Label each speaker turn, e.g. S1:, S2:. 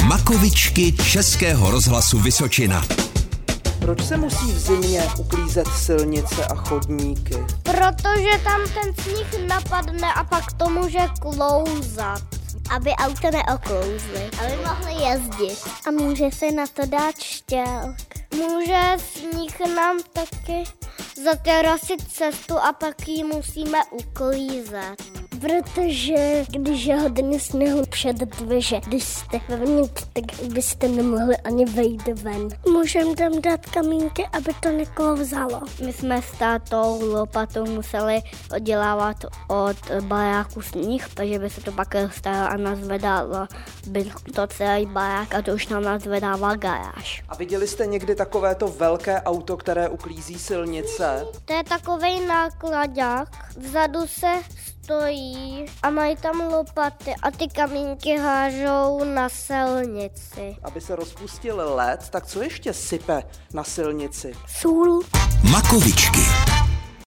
S1: Píkovičky Českého rozhlasu Vysočina.
S2: Proč se musí v zimě uklízet silnice a chodníky?
S3: Protože tam ten sníh napadne a pak to může klouzat.
S4: Aby auta neoklouzly,
S3: aby mohly jezdit.
S4: A může se na to dát štělk.
S3: Může sníh nám taky zaterasit cestu a pak ji musíme uklízet.
S4: Protože když je hodně sněhu před dveře, když jste vevnitř, tak byste nemohli ani vejít ven. Můžeme tam dát kamínky, aby to neklouzalo.
S3: My jsme s tátou lopatou museli oddělávat od baráku sníh, takže by se to pak stalo a nazvedalo by to celý barák a to už nám nazvedává garáž.
S2: A viděli jste někdy takovéto velké auto, které uklízí silnice?
S3: To je takový nákladák. Vzadu se stojí a mají tam lopaty a ty kamínky hážou na silnici.
S2: Aby se rozpustil led, tak co ještě sype na silnici?
S4: Sůl.
S1: Makovičky.